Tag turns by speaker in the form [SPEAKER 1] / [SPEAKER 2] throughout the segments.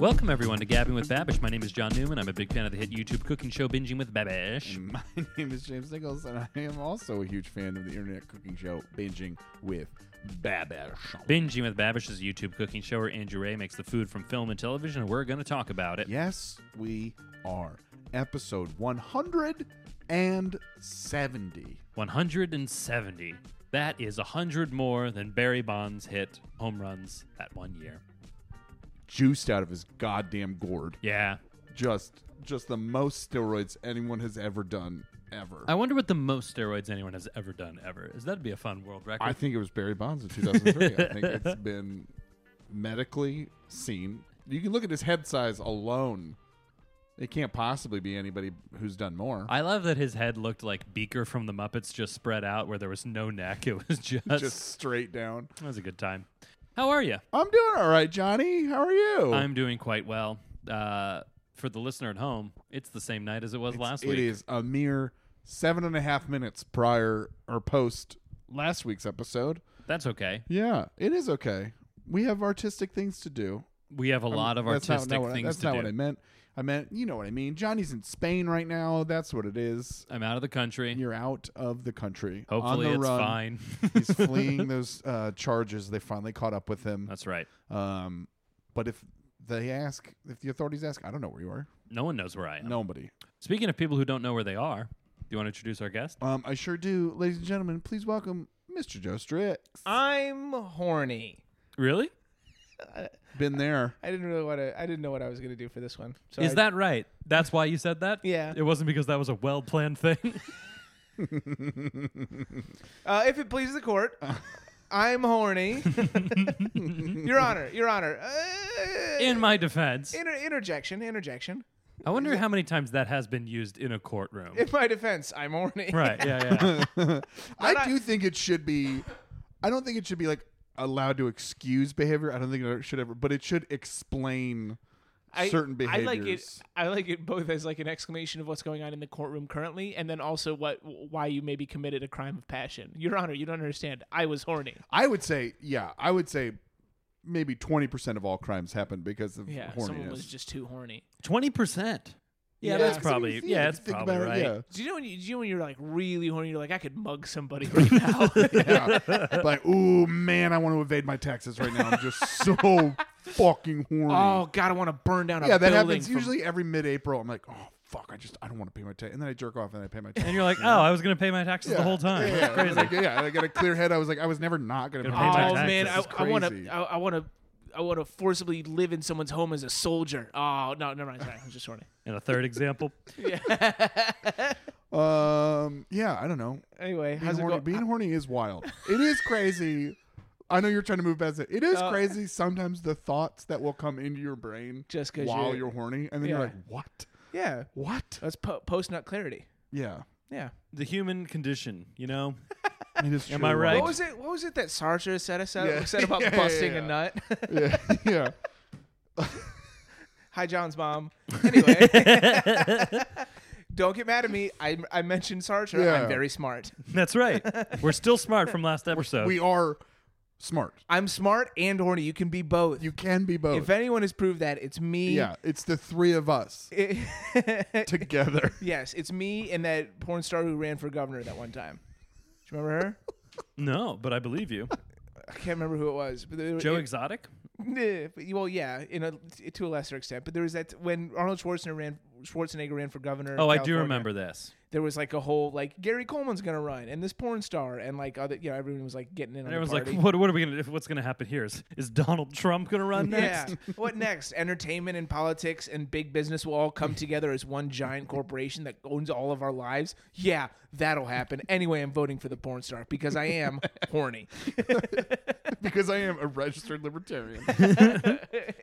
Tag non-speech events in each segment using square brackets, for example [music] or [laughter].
[SPEAKER 1] Welcome everyone to Gabbing with Babish. My name is John Newman. I'm a big fan of the hit YouTube cooking show Binging with Babish.
[SPEAKER 2] And [laughs] my name is James Nichols, and I am also a huge fan of the internet cooking show Binging with Babish.
[SPEAKER 1] Binging with Babish is a YouTube cooking show where Andrew Ray makes the food from film and television, and we're going to talk about it.
[SPEAKER 2] Yes, we are. Episode 170.
[SPEAKER 1] 170. That is 100 more than Barry Bonds hit home runs that one year.
[SPEAKER 2] Juiced out of his goddamn gourd.
[SPEAKER 1] Yeah.
[SPEAKER 2] Just just the most steroids anyone has ever done ever.
[SPEAKER 1] I wonder what the most steroids anyone has ever done ever is. That'd be a fun world record.
[SPEAKER 2] I think it was Barry Bonds in 2003. I think it's been medically seen. You can look at his head size alone. It can't possibly be anybody who's done more.
[SPEAKER 1] I love that his head looked like Beaker from the Muppets just spread out where there was no neck. [laughs] It was just,
[SPEAKER 2] Just straight down.
[SPEAKER 1] that was a good time. How are you?
[SPEAKER 2] I'm doing all right, Johnny. How are you?
[SPEAKER 1] I'm doing quite well. Uh, for the listener at home, it's the same night as it was last week.
[SPEAKER 2] It is a mere seven and a half minutes prior or post last week's episode.
[SPEAKER 1] That's okay.
[SPEAKER 2] Yeah, it is okay. We have artistic things to do.
[SPEAKER 1] We have a lot of
[SPEAKER 2] That's not-
[SPEAKER 1] artistic
[SPEAKER 2] not what I-
[SPEAKER 1] things
[SPEAKER 2] That's
[SPEAKER 1] to
[SPEAKER 2] not
[SPEAKER 1] do.
[SPEAKER 2] what I meant. I meant, you know what I mean. Johnny's in Spain right now. That's what it is.
[SPEAKER 1] I'm out of the country.
[SPEAKER 2] You're out of the country. on
[SPEAKER 1] Hopefully,
[SPEAKER 2] the
[SPEAKER 1] it's
[SPEAKER 2] run.
[SPEAKER 1] fine.
[SPEAKER 2] [laughs] He's
[SPEAKER 1] [laughs]
[SPEAKER 2] fleeing those uh, charges. They finally caught up with him.
[SPEAKER 1] That's right.
[SPEAKER 2] Um, but if they ask, if the authorities ask, I don't know where you are.
[SPEAKER 1] No one knows where I am.
[SPEAKER 2] Nobody.
[SPEAKER 1] Speaking of people who don't know where they are, do you want to introduce our guest?
[SPEAKER 2] Um, I sure do. Ladies and gentlemen, please welcome Mr. Joe Strick.
[SPEAKER 3] I'm horny.
[SPEAKER 1] Really?
[SPEAKER 2] Been there. [laughs]
[SPEAKER 3] I didn't really want to. I didn't know what I was gonna do for this one. So
[SPEAKER 1] Is
[SPEAKER 3] I-
[SPEAKER 1] that right? That's why you said that?
[SPEAKER 3] Yeah.
[SPEAKER 1] It wasn't because that was a well planned thing.
[SPEAKER 3] Uh, if it pleases the court,
[SPEAKER 2] [laughs]
[SPEAKER 3] I'm horny.
[SPEAKER 1] [laughs]
[SPEAKER 3] Your Honor, Your Honor. Uh,
[SPEAKER 1] [laughs] in my defense,
[SPEAKER 3] inter- interjection, interjection.
[SPEAKER 1] I wonder how many times that has been used in a courtroom.
[SPEAKER 3] In my defense, I'm horny.
[SPEAKER 1] right. Yeah. [laughs] Yeah.
[SPEAKER 2] I
[SPEAKER 3] I-
[SPEAKER 2] do think it should be. I don't think it should be like allowed to excuse behavior. I don't think it should ever, but it should explain
[SPEAKER 3] I,
[SPEAKER 2] certain
[SPEAKER 3] I
[SPEAKER 2] behaviors.
[SPEAKER 3] like it. I like it both as like an exclamation of what's going on in the courtroom currently, and then also what why you maybe committed a crime of passion. Your Honor, you don't understand. I was horny.
[SPEAKER 2] I would say, yeah, I would say maybe twenty percent of all crimes happen because of
[SPEAKER 3] Yeah, someone
[SPEAKER 2] horniness.
[SPEAKER 3] was just too horny.
[SPEAKER 1] Twenty percent. Yeah,
[SPEAKER 3] Yeah.
[SPEAKER 1] that's
[SPEAKER 3] Yeah,
[SPEAKER 2] 'cause I mean,
[SPEAKER 1] probably. Yeah,
[SPEAKER 2] if
[SPEAKER 1] that's
[SPEAKER 2] you think
[SPEAKER 1] probably
[SPEAKER 2] about it,
[SPEAKER 1] right.
[SPEAKER 3] Do you know when you, do you know when you're like really horny? You're like, I could mug somebody right [laughs] now.
[SPEAKER 2] yeah, yeah. like, ooh man, I want to evade my taxes right now. I'm just
[SPEAKER 3] [laughs]
[SPEAKER 2] so fucking horny.
[SPEAKER 3] Oh God, I want to burn down a
[SPEAKER 2] yeah, that
[SPEAKER 3] building
[SPEAKER 2] happens
[SPEAKER 3] from-
[SPEAKER 2] usually every mid-April. I'm like, oh fuck, I just I don't want to pay my tax, and then I jerk off and I pay my tax.
[SPEAKER 1] And you're like, oh, I was gonna pay my taxes the whole time.
[SPEAKER 2] Yeah,
[SPEAKER 1] That's
[SPEAKER 2] yeah,
[SPEAKER 1] crazy.
[SPEAKER 2] Like, yeah, I got a clear head. I was like, I was never not gonna.
[SPEAKER 1] Gonna
[SPEAKER 2] pay
[SPEAKER 1] pay
[SPEAKER 2] my
[SPEAKER 1] my
[SPEAKER 3] Oh
[SPEAKER 2] taxes.
[SPEAKER 3] man,
[SPEAKER 2] This
[SPEAKER 3] I
[SPEAKER 2] is
[SPEAKER 3] I want
[SPEAKER 2] crazy.
[SPEAKER 3] to I, I want to I want to forcibly live in someone's home as a soldier. Oh no, never mind. Sorry, I'm just horny.
[SPEAKER 1] And a third example.
[SPEAKER 2] Um, yeah, I don't know.
[SPEAKER 3] Anyway,
[SPEAKER 2] Being,
[SPEAKER 3] how's
[SPEAKER 2] horny,
[SPEAKER 3] it going?
[SPEAKER 2] being horny is
[SPEAKER 3] [laughs]
[SPEAKER 2] wild. It is crazy. I know you're trying to move past it. It is
[SPEAKER 3] Uh,
[SPEAKER 2] crazy sometimes the thoughts that will come into your brain
[SPEAKER 3] Just 'cause
[SPEAKER 2] while
[SPEAKER 3] you're-
[SPEAKER 2] you're, horny, and then you're
[SPEAKER 3] Yeah.
[SPEAKER 2] like, what?
[SPEAKER 3] yeah,
[SPEAKER 2] What?
[SPEAKER 3] that's po- post nut clarity.
[SPEAKER 2] Yeah,
[SPEAKER 3] Yeah.
[SPEAKER 1] The human condition, you know.
[SPEAKER 2] it is.
[SPEAKER 1] Am
[SPEAKER 2] true.
[SPEAKER 1] I right?
[SPEAKER 3] What was it? What was it that Sartre said us out,
[SPEAKER 2] Yeah.
[SPEAKER 3] said [laughs] about
[SPEAKER 2] Yeah, yeah,
[SPEAKER 3] busting
[SPEAKER 2] yeah.
[SPEAKER 3] a nut? [laughs]
[SPEAKER 2] yeah, [laughs] yeah.
[SPEAKER 3] Hi, John's [laughs] mom. Anyway, [laughs] don't get mad at me. I, I mentioned Sartre.
[SPEAKER 2] Yeah.
[SPEAKER 3] I'm very smart.
[SPEAKER 1] [laughs] That's right. We're still smart from last episode.
[SPEAKER 2] We are smart.
[SPEAKER 3] I'm smart and horny. You can be both.
[SPEAKER 2] You can be both.
[SPEAKER 3] if anyone has proved that, it's me.
[SPEAKER 2] yeah, it's the three of us
[SPEAKER 3] [laughs]
[SPEAKER 2] together.
[SPEAKER 3] [laughs] Yes, it's me and that porn star who ran for governor that one time. Do you remember her?
[SPEAKER 1] no, but I believe
[SPEAKER 3] [laughs]
[SPEAKER 1] you.
[SPEAKER 3] I can't remember who it was. But there,
[SPEAKER 1] Joe
[SPEAKER 3] it-
[SPEAKER 1] Exotic.
[SPEAKER 3] [laughs] Nah, but- well, yeah, in a to a lesser extent. But there was that when Arnold Schwarzenegger ran Schwarzenegger ran for governor. of
[SPEAKER 1] Oh, I do
[SPEAKER 3] California,
[SPEAKER 1] remember this.
[SPEAKER 3] There was like a whole like Gary Coleman's gonna run and this porn star and like other you know everyone was like getting in.
[SPEAKER 1] And
[SPEAKER 3] on
[SPEAKER 1] everyone's
[SPEAKER 3] the
[SPEAKER 1] like, [laughs]
[SPEAKER 3] party.
[SPEAKER 1] what, what are we gonna? What's gonna happen here? Is is Donald Trump gonna
[SPEAKER 2] [laughs]
[SPEAKER 1] run next?
[SPEAKER 3] Yeah. what next? Entertainment and politics and big business will all come together as one giant corporation that owns all of our lives. Yeah, that'll happen. Anyway, I'm voting for the porn star because I am
[SPEAKER 1] [laughs]
[SPEAKER 3] horny.
[SPEAKER 2] because I am a registered
[SPEAKER 3] [laughs]
[SPEAKER 2] libertarian.
[SPEAKER 3] And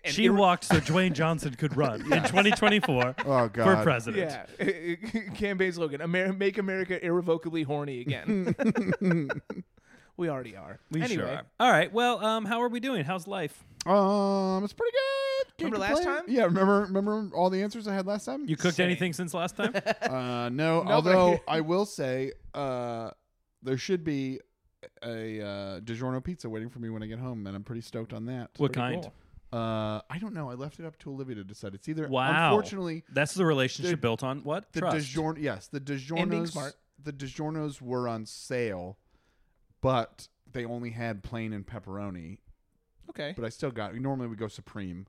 [SPEAKER 1] She
[SPEAKER 3] ir-
[SPEAKER 1] walked so Dwayne Johnson could
[SPEAKER 3] [laughs]
[SPEAKER 1] run in 2024
[SPEAKER 2] Oh
[SPEAKER 1] for
[SPEAKER 2] God.
[SPEAKER 1] president.
[SPEAKER 3] Yeah. [laughs] Campaign slogan Amer- Make America irrevocably horny again.
[SPEAKER 2] [laughs]
[SPEAKER 3] we already are.
[SPEAKER 1] We
[SPEAKER 3] anyway,
[SPEAKER 1] sure are. All right. Well, um, how are we doing? How's life?
[SPEAKER 2] Um, it's pretty good. Can't
[SPEAKER 3] Remember last
[SPEAKER 2] complain.
[SPEAKER 3] time?
[SPEAKER 2] Yeah, remember remember all the answers I had last time?
[SPEAKER 1] You cooked
[SPEAKER 3] Same.
[SPEAKER 1] anything since last
[SPEAKER 3] [laughs]
[SPEAKER 1] time?
[SPEAKER 2] uh no,
[SPEAKER 3] but [laughs]
[SPEAKER 2] although
[SPEAKER 3] I-
[SPEAKER 2] I will say uh there should be a uh DiGiorno pizza waiting for me when I get home and I'm pretty stoked on that.
[SPEAKER 1] what
[SPEAKER 3] Pretty
[SPEAKER 1] kind?
[SPEAKER 3] cool.
[SPEAKER 2] Uh, I don't know. I left it up to Olivia to decide. It's either
[SPEAKER 1] Wow.
[SPEAKER 2] unfortunately
[SPEAKER 1] That's the relationship
[SPEAKER 2] The-
[SPEAKER 1] built on what?
[SPEAKER 2] the
[SPEAKER 1] Trust.
[SPEAKER 2] DiGiorno. Yes, the DiGiornos.
[SPEAKER 3] smart.
[SPEAKER 2] The DiGiornos were on sale, but they only had plain and pepperoni.
[SPEAKER 3] Okay.
[SPEAKER 2] But I still got. Normally we go supreme,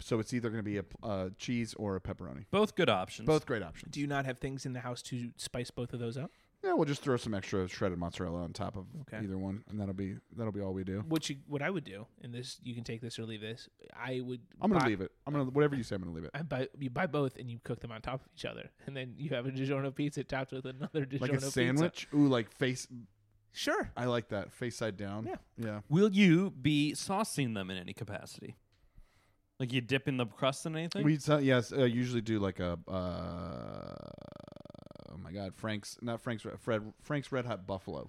[SPEAKER 2] so it's either going to be a uh, cheese or a pepperoni.
[SPEAKER 1] Both good options.
[SPEAKER 2] Both great options.
[SPEAKER 3] Do you not have things in the house to spice both of those up?
[SPEAKER 2] Yeah, we'll just throw some extra shredded mozzarella on top of
[SPEAKER 3] Okay.
[SPEAKER 2] either one, and that'll be that'll be all we do.
[SPEAKER 3] What you what I would do, and this you can take this or leave this. I would.
[SPEAKER 2] I'm gonna
[SPEAKER 3] buy,
[SPEAKER 2] leave it. I'm gonna whatever you say. I'm gonna leave it.
[SPEAKER 3] I buy you buy both and you cook them on top of each other, and then you have a DiGiorno pizza topped with another DiGiorno
[SPEAKER 2] Like a
[SPEAKER 3] pizza.
[SPEAKER 2] sandwich. Ooh, like face.
[SPEAKER 3] Sure.
[SPEAKER 2] I like that face side down.
[SPEAKER 3] Yeah.
[SPEAKER 2] yeah.
[SPEAKER 1] Will you be saucing them in any capacity? Like you dip in the crust in anything?
[SPEAKER 2] We so, yes uh, usually do like a uh, oh my god Frank's not Frank's Red- Fred Frank's Red Hot Buffalo.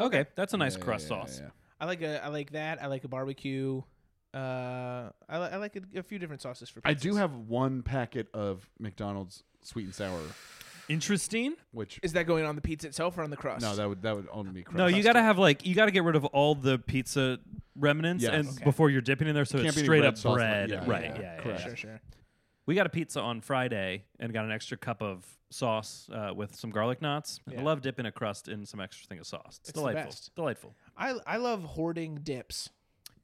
[SPEAKER 1] okay, that's a nice
[SPEAKER 2] Yeah,
[SPEAKER 1] crust
[SPEAKER 2] yeah, yeah,
[SPEAKER 1] sauce.
[SPEAKER 2] yeah.
[SPEAKER 3] I like a I like that. I like a barbecue. Uh, I, li- I like a, a few different sauces for. Pizzas.
[SPEAKER 2] I do have one packet of McDonald's sweet and sour,
[SPEAKER 1] Interesting.
[SPEAKER 2] which
[SPEAKER 3] Is that going on the pizza itself or on the crust?
[SPEAKER 2] no that would that would only be crust.
[SPEAKER 1] No, you
[SPEAKER 3] Crust
[SPEAKER 1] got to
[SPEAKER 3] it.
[SPEAKER 1] have like you got to get rid of all the pizza remnants
[SPEAKER 2] Yes.
[SPEAKER 1] and
[SPEAKER 2] Okay.
[SPEAKER 1] before you're dipping in there, so
[SPEAKER 2] Can't
[SPEAKER 1] it's
[SPEAKER 2] be any
[SPEAKER 1] straight
[SPEAKER 2] red
[SPEAKER 1] up
[SPEAKER 2] sauce, like-
[SPEAKER 1] bread.
[SPEAKER 2] yeah,
[SPEAKER 1] right?
[SPEAKER 2] yeah,
[SPEAKER 1] Yeah,
[SPEAKER 2] yeah.
[SPEAKER 1] yeah,
[SPEAKER 2] Correct.
[SPEAKER 1] yeah.
[SPEAKER 3] Sure, sure.
[SPEAKER 1] We got a pizza on Friday and got an extra cup of sauce uh, with some garlic knots.
[SPEAKER 3] Yeah.
[SPEAKER 1] I love dipping a crust in some extra thing of sauce. It's,
[SPEAKER 3] It's the
[SPEAKER 1] delightful.
[SPEAKER 3] best.
[SPEAKER 1] Delightful.
[SPEAKER 3] I I love hoarding dips.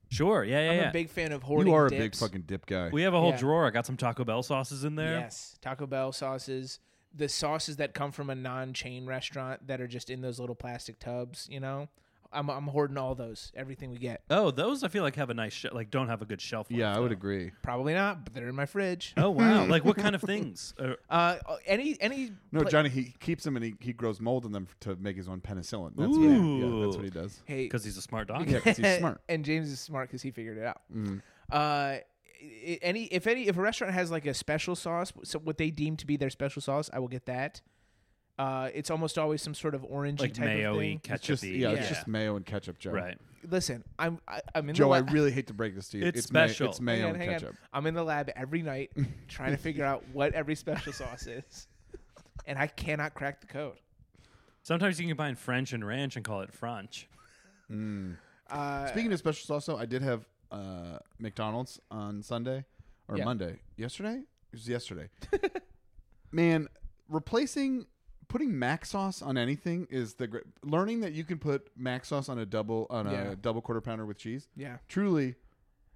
[SPEAKER 1] Sure. Yeah, yeah,
[SPEAKER 3] I'm
[SPEAKER 1] yeah.
[SPEAKER 3] a big fan of hoarding.
[SPEAKER 2] you are
[SPEAKER 3] dips.
[SPEAKER 2] a big fucking dip guy.
[SPEAKER 1] we have a whole
[SPEAKER 3] yeah.
[SPEAKER 1] drawer. I got some Taco Bell sauces in there.
[SPEAKER 3] Yes, Taco Bell sauces, the sauces that come from a non-chain restaurant that are just in those little plastic tubs. You know, I'm I'm hoarding all those. Everything we get.
[SPEAKER 1] Oh, those I feel like have a nice sh- like don't have a good shelf. life,
[SPEAKER 2] yeah, I would
[SPEAKER 1] though.
[SPEAKER 2] agree.
[SPEAKER 3] Probably not, but they're in my fridge.
[SPEAKER 1] Oh wow!
[SPEAKER 3] [laughs]
[SPEAKER 1] like what kind of things? Uh,
[SPEAKER 3] Uh, any any
[SPEAKER 2] No,
[SPEAKER 3] pla-
[SPEAKER 2] Johnny, he keeps them and he, he grows mold in them to make his own penicillin. That's What he, yeah,
[SPEAKER 1] Ooh.
[SPEAKER 2] that's what he does.
[SPEAKER 3] Hey, [laughs]
[SPEAKER 1] Because he's a smart dog.
[SPEAKER 2] Yeah, 'cause he's smart.
[SPEAKER 3] and James is smart because he figured it out.
[SPEAKER 2] Mm.
[SPEAKER 3] Uh, i- any if any if a restaurant has like a special sauce, so what they deem to be their special sauce, I will get that. Uh, it's almost always some sort of orangey
[SPEAKER 1] Like
[SPEAKER 3] type of
[SPEAKER 1] mayo-y,
[SPEAKER 3] thing.
[SPEAKER 1] ketchup.
[SPEAKER 2] It's just yeah,
[SPEAKER 3] Yeah.
[SPEAKER 2] it's just mayo and ketchup,
[SPEAKER 1] [laughs]
[SPEAKER 2] Joe.
[SPEAKER 1] Right.
[SPEAKER 3] Listen, I'm I, I'm in
[SPEAKER 2] Joe,
[SPEAKER 3] the
[SPEAKER 2] I
[SPEAKER 3] lab.
[SPEAKER 2] really hate to break this to you.
[SPEAKER 1] It's
[SPEAKER 2] ma-
[SPEAKER 1] special.
[SPEAKER 2] it's mayo
[SPEAKER 3] Hang on,
[SPEAKER 2] and
[SPEAKER 3] hang on.
[SPEAKER 2] ketchup.
[SPEAKER 3] I'm in the lab every
[SPEAKER 2] [laughs]
[SPEAKER 3] night trying to figure out what every special sauce is, and I cannot crack the code.
[SPEAKER 1] Sometimes you can combine French and ranch and call it French.
[SPEAKER 3] Uh,
[SPEAKER 2] Speaking of special sauce, though, I did have uh, McDonald's on Sunday or
[SPEAKER 3] Yeah.
[SPEAKER 2] Monday. Yesterday? It was yesterday. [laughs] Man, replacing putting mac sauce on anything is the great learning that you can put mac sauce on a double on
[SPEAKER 3] Yeah.
[SPEAKER 2] a double quarter pounder with cheese.
[SPEAKER 3] yeah.
[SPEAKER 2] Truly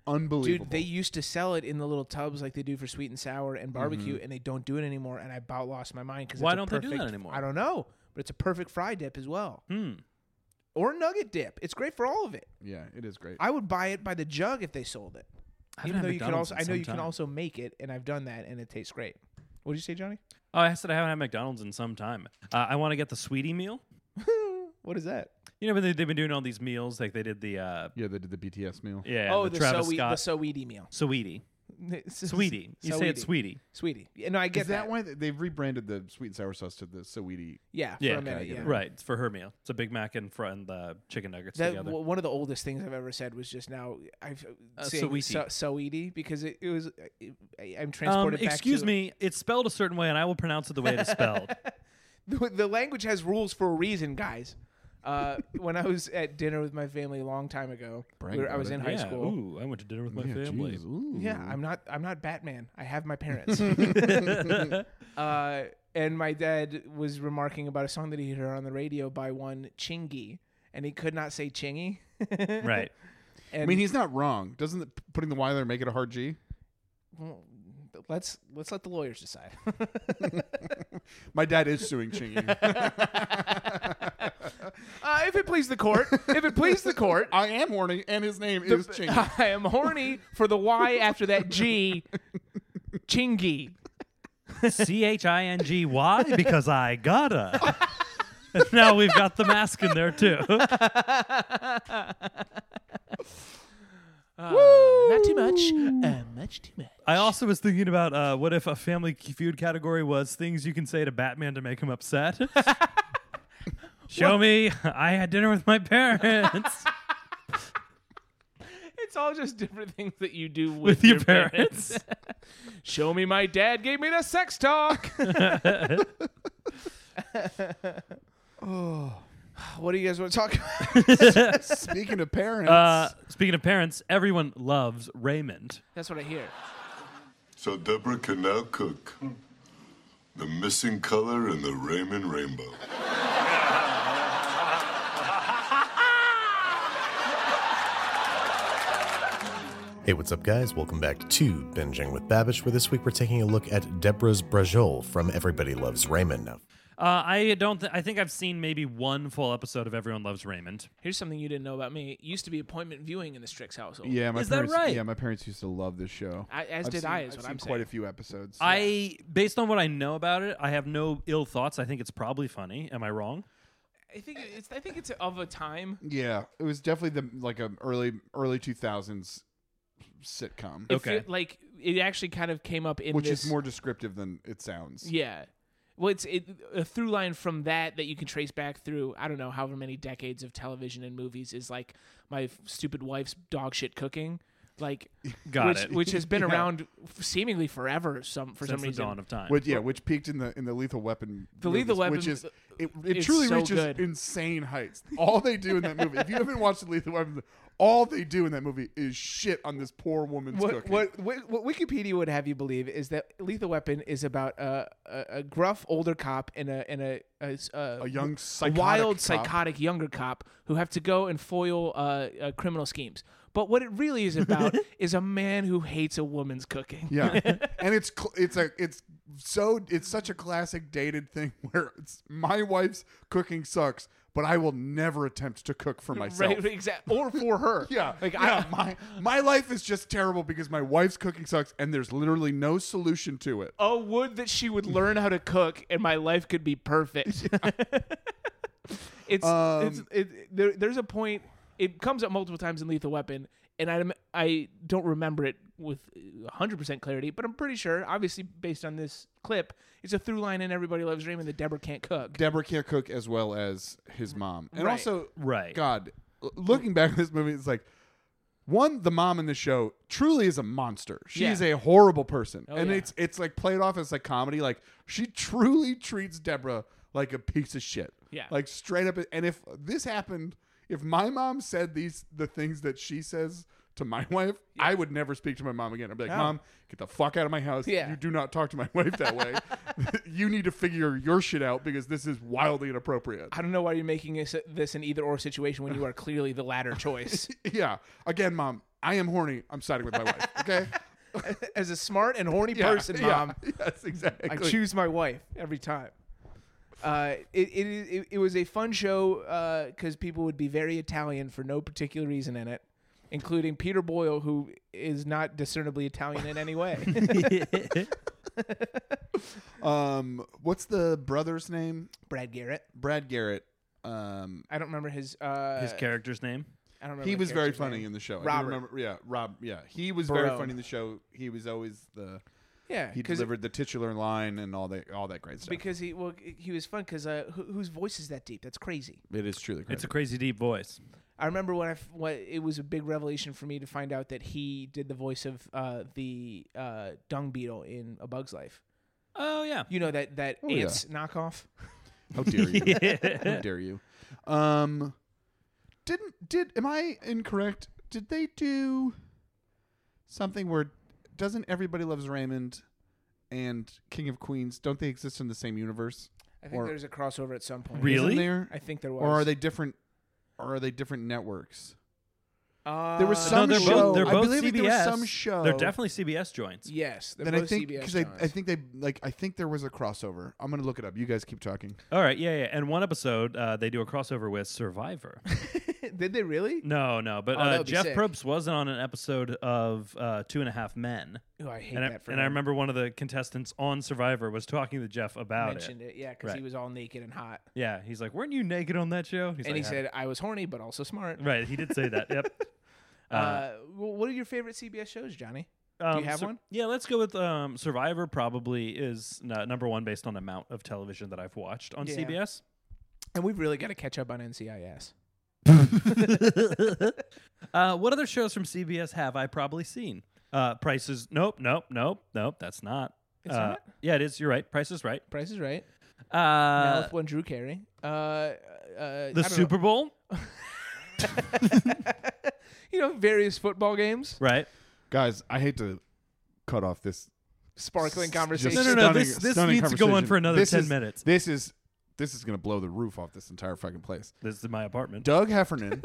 [SPEAKER 2] unbelievable.
[SPEAKER 3] Dude, they used to sell it in the little tubs like they do for sweet and sour and barbecue, and they don't do it anymore. And I about lost my mind because
[SPEAKER 1] Mm-hmm. Why don't they do that anymore?
[SPEAKER 3] I don't know, but it's a perfect fry dip as well,
[SPEAKER 1] Hmm.
[SPEAKER 3] or nugget dip. It's great for all of it.
[SPEAKER 2] yeah, it is great.
[SPEAKER 3] I would buy it by the jug if they sold it.
[SPEAKER 1] I haven't
[SPEAKER 3] Even
[SPEAKER 1] had
[SPEAKER 3] though you could
[SPEAKER 1] McDonald's
[SPEAKER 3] also,
[SPEAKER 1] in
[SPEAKER 3] I know
[SPEAKER 1] some
[SPEAKER 3] you can
[SPEAKER 1] time.
[SPEAKER 3] also make it, and I've done that, and it tastes great. What did you say, Johnny?
[SPEAKER 1] Oh, I said I haven't had McDonald's in some time. Uh, I want to get the sweetie meal.
[SPEAKER 3] what is that?
[SPEAKER 1] You know, but they, they've been doing all these meals. Like they did the uh,
[SPEAKER 2] yeah, they did the BTS meal.
[SPEAKER 1] yeah,
[SPEAKER 3] oh,
[SPEAKER 1] the,
[SPEAKER 3] the,
[SPEAKER 1] Travis
[SPEAKER 3] so
[SPEAKER 1] Scott
[SPEAKER 3] the soeedy meal. [laughs]
[SPEAKER 1] sweetie, sweetie. You say it's
[SPEAKER 3] Soeedy.
[SPEAKER 1] sweetie.
[SPEAKER 3] Sweetie. Yeah, No, I get
[SPEAKER 2] Is that, why they- they've rebranded the sweet and sour sauce to the Saweetie?
[SPEAKER 3] Yeah, for
[SPEAKER 1] Yeah,
[SPEAKER 3] a
[SPEAKER 1] okay,
[SPEAKER 3] minute.
[SPEAKER 2] I get
[SPEAKER 3] Yeah.
[SPEAKER 2] it.
[SPEAKER 1] Right, it's for her meal. It's a Big Mac and fr- and the chicken nuggets
[SPEAKER 3] That,
[SPEAKER 1] together. Um,
[SPEAKER 3] w- one of the oldest things I've ever said was just now. I've uh,
[SPEAKER 1] Uh,
[SPEAKER 3] saying so,
[SPEAKER 1] Soweto.
[SPEAKER 3] soeedy because it, it was. I, I- I'm
[SPEAKER 1] um,
[SPEAKER 3] transported. back
[SPEAKER 1] excuse
[SPEAKER 3] to,
[SPEAKER 1] me, it's spelled a certain way, and I will pronounce it the way it is spelled.
[SPEAKER 3] [laughs] The, the language has rules for a reason, guys. Uh, [laughs] when I was at dinner with my family a long time ago,
[SPEAKER 2] Brag
[SPEAKER 3] we were- I
[SPEAKER 2] about
[SPEAKER 3] was
[SPEAKER 2] it.
[SPEAKER 3] in high
[SPEAKER 1] Yeah,
[SPEAKER 3] school.
[SPEAKER 1] Ooh, I went to dinner with my
[SPEAKER 2] Yeah,
[SPEAKER 1] family. [laughs]
[SPEAKER 2] geez, ooh.
[SPEAKER 3] Yeah, I'm not. I'm not Batman. I have my parents. [laughs] uh, and my dad was remarking about a song that he heard on the radio by one Chingy, and he could not say Chingy. [laughs]
[SPEAKER 1] Right.
[SPEAKER 3] And
[SPEAKER 2] I mean, he's not wrong. Doesn't the, putting the Y there make it a hard G?
[SPEAKER 3] Well, let's let's let the lawyers decide.
[SPEAKER 2] My dad is suing
[SPEAKER 3] [laughs]
[SPEAKER 2] Chingy.
[SPEAKER 3] Uh, if it please the court, if it please
[SPEAKER 2] [laughs]
[SPEAKER 3] the court,
[SPEAKER 2] I am warning, and his name is Chingy.
[SPEAKER 3] [laughs] I am horny for the Y after that G, [laughs] Chingy.
[SPEAKER 1] C H I N G [laughs] Y because I [laughs] gotta. And now we've got the mask in there [laughs] too.
[SPEAKER 3] Uh, not too much, uh, much too much.
[SPEAKER 1] Oh, I also was thinking about uh, what if a family feud category was things you can say to Batman to make him upset. [laughs] Show me I had dinner with my [laughs] parents
[SPEAKER 3] It's all just different things that you do with,
[SPEAKER 1] with your parents. [laughs]
[SPEAKER 3] Show me my dad gave me the sex
[SPEAKER 1] [laughs]
[SPEAKER 3] [laughs] talk.
[SPEAKER 2] Oh,
[SPEAKER 3] what do you guys want to talk about?
[SPEAKER 2] [laughs] Speaking of parents,
[SPEAKER 1] Uh, speaking of parents, everyone loves Raymond.
[SPEAKER 3] That's what I hear.
[SPEAKER 4] So Deborah can now cook the missing color in the Raymond Rainbow.
[SPEAKER 5] Hey, what's up, guys? Welcome back to Binging with Babish, where this week we're taking a look at Deborah's Brajol from Everybody Loves Raymond. Now,
[SPEAKER 1] Uh, I don't. Th- I think I've seen maybe one full episode of Everyone Loves Raymond.
[SPEAKER 3] Here's something you didn't know about me. It used to be appointment viewing in the Strix household.
[SPEAKER 2] yeah, my
[SPEAKER 1] Is that
[SPEAKER 2] parents,
[SPEAKER 1] right?
[SPEAKER 2] Yeah, my parents used to love this show.
[SPEAKER 3] I- as
[SPEAKER 2] I've
[SPEAKER 3] did
[SPEAKER 2] seen-
[SPEAKER 3] I, is
[SPEAKER 2] I've
[SPEAKER 3] what
[SPEAKER 2] seen
[SPEAKER 3] I'm
[SPEAKER 2] Quite a
[SPEAKER 3] saying.
[SPEAKER 2] few episodes.
[SPEAKER 1] I, based on what I know about it, I have no ill thoughts. I think it's probably funny. Am I wrong?
[SPEAKER 3] I think it's I think it's of a time.
[SPEAKER 2] yeah, it was definitely the like a early early two thousands sitcom,
[SPEAKER 3] It
[SPEAKER 1] Okay.
[SPEAKER 3] feel- like it actually kind of came up in
[SPEAKER 2] which
[SPEAKER 3] this,
[SPEAKER 2] is more descriptive than it sounds.
[SPEAKER 3] Yeah. Well, it's it, a through line from that that you can trace back through I don't know however many decades of television and movies is like my f- stupid wife's dog shit cooking, like
[SPEAKER 1] [laughs] Got
[SPEAKER 3] which,
[SPEAKER 1] it.
[SPEAKER 3] which
[SPEAKER 1] [laughs]
[SPEAKER 3] has been
[SPEAKER 2] Yeah.
[SPEAKER 3] around f- seemingly forever. Some for
[SPEAKER 1] Since
[SPEAKER 3] some
[SPEAKER 1] the
[SPEAKER 3] reason.
[SPEAKER 1] dawn of time.
[SPEAKER 2] Which yeah, which peaked in the in the Lethal Weapon.
[SPEAKER 3] The Lethal
[SPEAKER 2] movies, which
[SPEAKER 3] Weapon uh,
[SPEAKER 2] is it, it
[SPEAKER 3] is
[SPEAKER 2] truly
[SPEAKER 3] so
[SPEAKER 2] reaches
[SPEAKER 3] good.
[SPEAKER 2] insane heights. All they do in that movie, if you haven't watched the Lethal Weapon, all they do in that movie is shit on this poor woman's
[SPEAKER 3] what,
[SPEAKER 2] cooking.
[SPEAKER 3] what Wi- what Wikipedia would have you believe is that Lethal Weapon is about a a, a gruff older cop and a and a a, s-
[SPEAKER 2] A young
[SPEAKER 3] a
[SPEAKER 2] psychotic
[SPEAKER 3] wild
[SPEAKER 2] cop.
[SPEAKER 3] psychotic younger cop who have to go and foil uh, uh, criminal schemes. But what it really
[SPEAKER 2] [laughs]
[SPEAKER 3] is about is a man who hates a woman's cooking.
[SPEAKER 2] Yeah, and it's cl- it's a it's so it's such a classic dated thing [laughs] where it's my wife's cooking sucks, but I will never attempt to cook for myself.
[SPEAKER 3] [laughs] Right, exactly. Or for her.
[SPEAKER 2] [laughs] Yeah,
[SPEAKER 3] Like
[SPEAKER 2] yeah,
[SPEAKER 3] I,
[SPEAKER 2] my my life is just terrible because my wife's cooking sucks, and there's literally no solution to it.
[SPEAKER 3] oh, would that she would learn how to cook and my life could be [laughs] perfect. it's, it's it, there, there's a point. It comes up multiple times in Lethal Weapon, and I I don't remember it with 100 percent clarity, but I'm pretty sure, obviously based on this clip, it's a through line in Everybody Loves Raymond that Deborah can't cook.
[SPEAKER 2] Deborah can't cook as well as his mom, and
[SPEAKER 3] Right.
[SPEAKER 2] also
[SPEAKER 1] Right.
[SPEAKER 2] God, l- looking back at this movie, it's like one, the mom in the show truly is a monster. She
[SPEAKER 3] Yeah. Oh,
[SPEAKER 2] is a horrible person, and
[SPEAKER 3] yeah.
[SPEAKER 2] it's it's like played off as like comedy. Like she truly treats Deborah like a piece of shit.
[SPEAKER 3] Yeah.
[SPEAKER 2] like straight up. And if this happened, if my mom said these the things that she says. To my [laughs] wife, I would never speak to my mom again. I'd be like, "Mom, get the fuck out of my house.
[SPEAKER 3] Yeah.
[SPEAKER 2] You do not talk to my [laughs] wife that way. you need to figure your shit out because this is wildly inappropriate."
[SPEAKER 3] I don't know why you're making this, this an either or situation when you are clearly the [laughs] latter choice.
[SPEAKER 2] Yeah. Again, mom, I am horny. I'm siding with my
[SPEAKER 3] [laughs]
[SPEAKER 2] wife. Okay.
[SPEAKER 3] As a smart and horny
[SPEAKER 2] Yeah,
[SPEAKER 3] person,
[SPEAKER 2] yeah,
[SPEAKER 3] mom,
[SPEAKER 2] [laughs] Yes, exactly.
[SPEAKER 3] I choose my wife every time. Uh, it, it, it it was a fun show because people would be very Italian for no particular reason in it, including Peter Boyle, who is not discernibly Italian in any
[SPEAKER 2] [laughs]
[SPEAKER 3] way. [laughs]
[SPEAKER 2] Um, what's the brother's name?
[SPEAKER 3] Brad Garrett.
[SPEAKER 2] Brad Garrett. Um,
[SPEAKER 3] I don't remember his.
[SPEAKER 1] [laughs]
[SPEAKER 3] Uh,
[SPEAKER 1] His character's name.
[SPEAKER 3] I don't remember.
[SPEAKER 2] he
[SPEAKER 3] the
[SPEAKER 2] was very
[SPEAKER 3] character's
[SPEAKER 2] funny
[SPEAKER 3] name.
[SPEAKER 2] in the show. I do
[SPEAKER 3] Robert.
[SPEAKER 2] remember, yeah, Rob. Yeah, he was
[SPEAKER 3] Barone.
[SPEAKER 2] very funny in the show. He was always the
[SPEAKER 3] Yeah,
[SPEAKER 2] he
[SPEAKER 3] 'cause-
[SPEAKER 2] delivered the titular line and all that all that great stuff.
[SPEAKER 3] because he well he was fun because uh, who, whose voice is that deep? That's crazy.
[SPEAKER 2] it is truly
[SPEAKER 1] It's a crazy deep voice.
[SPEAKER 3] I remember when I f- what it was a big revelation for me to find out that he did the voice of uh, the uh, dung beetle in A Bug's Life.
[SPEAKER 1] Oh [laughs] yeah.
[SPEAKER 3] You know that that
[SPEAKER 2] yeah.
[SPEAKER 3] ants knockoff.
[SPEAKER 2] How dare
[SPEAKER 3] [laughs]
[SPEAKER 2] you?
[SPEAKER 1] [laughs]
[SPEAKER 2] How dare you? Um, didn't did am I incorrect? Did they do something where doesn't everybody loves Raymond and King of Queens? Don't they exist in the same universe?
[SPEAKER 3] I think
[SPEAKER 2] Or-
[SPEAKER 3] there's a crossover at some point.
[SPEAKER 2] Isn't
[SPEAKER 1] Really?
[SPEAKER 2] there?
[SPEAKER 3] I think there was.
[SPEAKER 2] or are they different? Or are they different networks?
[SPEAKER 3] Uh,
[SPEAKER 2] There was some
[SPEAKER 1] no, they're
[SPEAKER 2] show-
[SPEAKER 1] both. They're
[SPEAKER 2] I
[SPEAKER 1] both
[SPEAKER 2] believe
[SPEAKER 1] CBS.
[SPEAKER 2] that there was some show-
[SPEAKER 1] They're
[SPEAKER 3] Oh.
[SPEAKER 1] definitely CBS joints.
[SPEAKER 3] Yes, they're
[SPEAKER 2] Then
[SPEAKER 3] both
[SPEAKER 2] I think
[SPEAKER 3] CBS
[SPEAKER 2] I,
[SPEAKER 3] shows.
[SPEAKER 2] I think they like I think there was a crossover. I'm gonna look it up. You guys keep talking.
[SPEAKER 1] All right. Yeah. Yeah. And one episode, uh, they do a crossover with
[SPEAKER 3] [laughs]
[SPEAKER 1] Survivor.
[SPEAKER 3] did they really?
[SPEAKER 1] No, no, but
[SPEAKER 3] Oh, that
[SPEAKER 1] uh,
[SPEAKER 3] would be
[SPEAKER 1] Jeff
[SPEAKER 3] sick.
[SPEAKER 1] Probst was on an episode of uh, Two and a Half Men,
[SPEAKER 3] Oh, I hate
[SPEAKER 1] and I,
[SPEAKER 3] that. For
[SPEAKER 1] and I
[SPEAKER 3] him.
[SPEAKER 1] remember one of the contestants on Survivor was talking to Jeff about
[SPEAKER 3] mentioned
[SPEAKER 1] it.
[SPEAKER 3] it. Yeah, because he
[SPEAKER 1] Right.
[SPEAKER 3] was all naked and hot,
[SPEAKER 1] Yeah, he's like, "Weren't you naked on that show?" He's
[SPEAKER 3] and he
[SPEAKER 1] like,
[SPEAKER 3] said I was horny but also smart.
[SPEAKER 1] "Yeah." "Right." He did say that. yep.
[SPEAKER 3] [laughs] Uh, well, what are your favorite CBS shows, Johnny?
[SPEAKER 1] Um,
[SPEAKER 3] you have
[SPEAKER 1] Sur-
[SPEAKER 3] one?
[SPEAKER 1] Yeah, let's go with um, Survivor. Probably is n- number one based on amount of television that I've watched on
[SPEAKER 3] Yeah.
[SPEAKER 1] CBS.
[SPEAKER 3] And we've really got to catch up on NCIS.
[SPEAKER 1] Uh, what other shows from CBS have I probably seen? Uh, Prices. Nope. Nope. Nope. Nope. That's not.
[SPEAKER 3] It's
[SPEAKER 1] uh,
[SPEAKER 3] not?
[SPEAKER 1] Yeah, it is. You're right. Price is right.
[SPEAKER 3] Price is Right.
[SPEAKER 1] Uh,
[SPEAKER 3] Mouth when Drew Carey. Uh, uh, I
[SPEAKER 1] the
[SPEAKER 3] don't
[SPEAKER 1] Super Bowl,
[SPEAKER 3] know. you know, various football games,
[SPEAKER 1] right?
[SPEAKER 2] Guys, I hate to cut off this
[SPEAKER 3] sparkling
[SPEAKER 2] Just
[SPEAKER 3] conversation.
[SPEAKER 1] No, no, no. this- this needs to go on
[SPEAKER 2] conversation.
[SPEAKER 1] for another
[SPEAKER 2] This
[SPEAKER 1] 10
[SPEAKER 2] is-
[SPEAKER 1] minutes.
[SPEAKER 2] This is this is going to blow the roof off this entire fucking place.
[SPEAKER 1] This is my apartment.
[SPEAKER 2] Doug
[SPEAKER 1] [laughs]
[SPEAKER 2] Heffernan,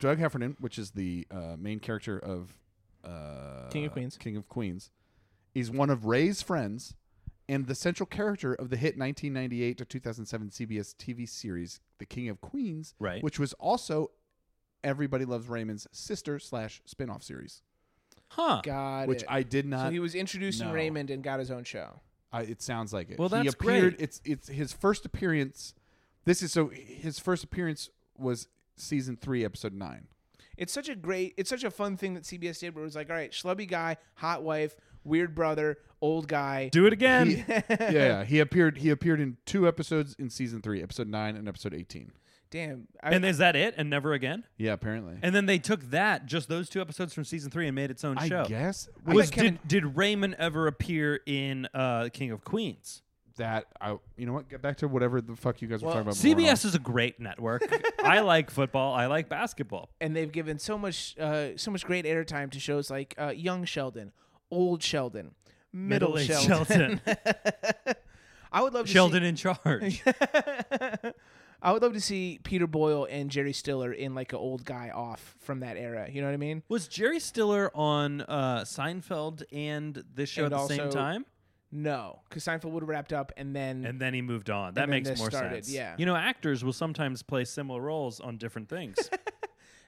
[SPEAKER 2] Doug Heffernan, which is the uh, main character of uh,
[SPEAKER 3] King of Queens.
[SPEAKER 2] King of Queens, is one of Ray's friends and the central character of the hit 1998 to 2007 CBS TV series The King of Queens,
[SPEAKER 1] Right.
[SPEAKER 2] Which was also Everybody Loves Raymond's sister slash spinoff series,
[SPEAKER 1] Huh.
[SPEAKER 3] Got
[SPEAKER 2] which
[SPEAKER 3] it.
[SPEAKER 2] I did
[SPEAKER 3] so
[SPEAKER 2] not.
[SPEAKER 3] he was introduced
[SPEAKER 2] no.
[SPEAKER 3] in Raymond and got his own show.
[SPEAKER 2] I, it sounds like it.
[SPEAKER 1] Well,
[SPEAKER 2] he
[SPEAKER 1] that's
[SPEAKER 2] appeared,
[SPEAKER 1] great.
[SPEAKER 2] It's it's his first appearance. This is so his first appearance was season three, episode nine.
[SPEAKER 3] It's such a great, it's such a fun thing that CBS did where it was like, all right, schlubby guy, hot wife, weird brother, old guy.
[SPEAKER 1] Do it again. [laughs]
[SPEAKER 3] [laughs]
[SPEAKER 2] He- yeah, yeah, he appeared. He appeared in two episodes in season three, episode nine and episode eighteen.
[SPEAKER 3] Damn. I,
[SPEAKER 1] and is that it? And never again?
[SPEAKER 2] Yeah, apparently.
[SPEAKER 1] And then they took that, just those two episodes from season three, and made its own
[SPEAKER 2] I
[SPEAKER 1] show.
[SPEAKER 2] guess
[SPEAKER 3] I
[SPEAKER 1] Was
[SPEAKER 3] bet Kevin-
[SPEAKER 1] did, did Raymond ever appear in uh, King of Queens?
[SPEAKER 2] that I. You know what? Get back to whatever the fuck you guys were
[SPEAKER 3] Well,
[SPEAKER 2] talking about. before and
[SPEAKER 1] CBS is a great
[SPEAKER 3] [laughs]
[SPEAKER 1] network. I like football. I like basketball.
[SPEAKER 3] and they've given so much, uh, so much great airtime to shows like uh, Young Sheldon, Old Sheldon, Middle,
[SPEAKER 1] Middle-aged
[SPEAKER 3] Sheldon.
[SPEAKER 1] Sheldon.
[SPEAKER 3] [laughs] I would love to
[SPEAKER 1] Sheldon in
[SPEAKER 3] [laughs]
[SPEAKER 1] charge.
[SPEAKER 3] See, I would love to see Peter Boyle and Jerry Stiller in like an old guy off from that era. You know what I mean?
[SPEAKER 1] Was Jerry Stiller on uh, Seinfeld and this show
[SPEAKER 3] And
[SPEAKER 1] at the same
[SPEAKER 3] also-
[SPEAKER 1] time?
[SPEAKER 3] No, because Seinfeld would have wrapped up and then
[SPEAKER 1] And then he moved on. That
[SPEAKER 3] then
[SPEAKER 1] makes
[SPEAKER 3] this
[SPEAKER 1] more
[SPEAKER 3] started,
[SPEAKER 1] sense.
[SPEAKER 3] yeah.
[SPEAKER 1] You know, actors will sometimes play similar roles on different
[SPEAKER 3] [laughs]
[SPEAKER 1] things.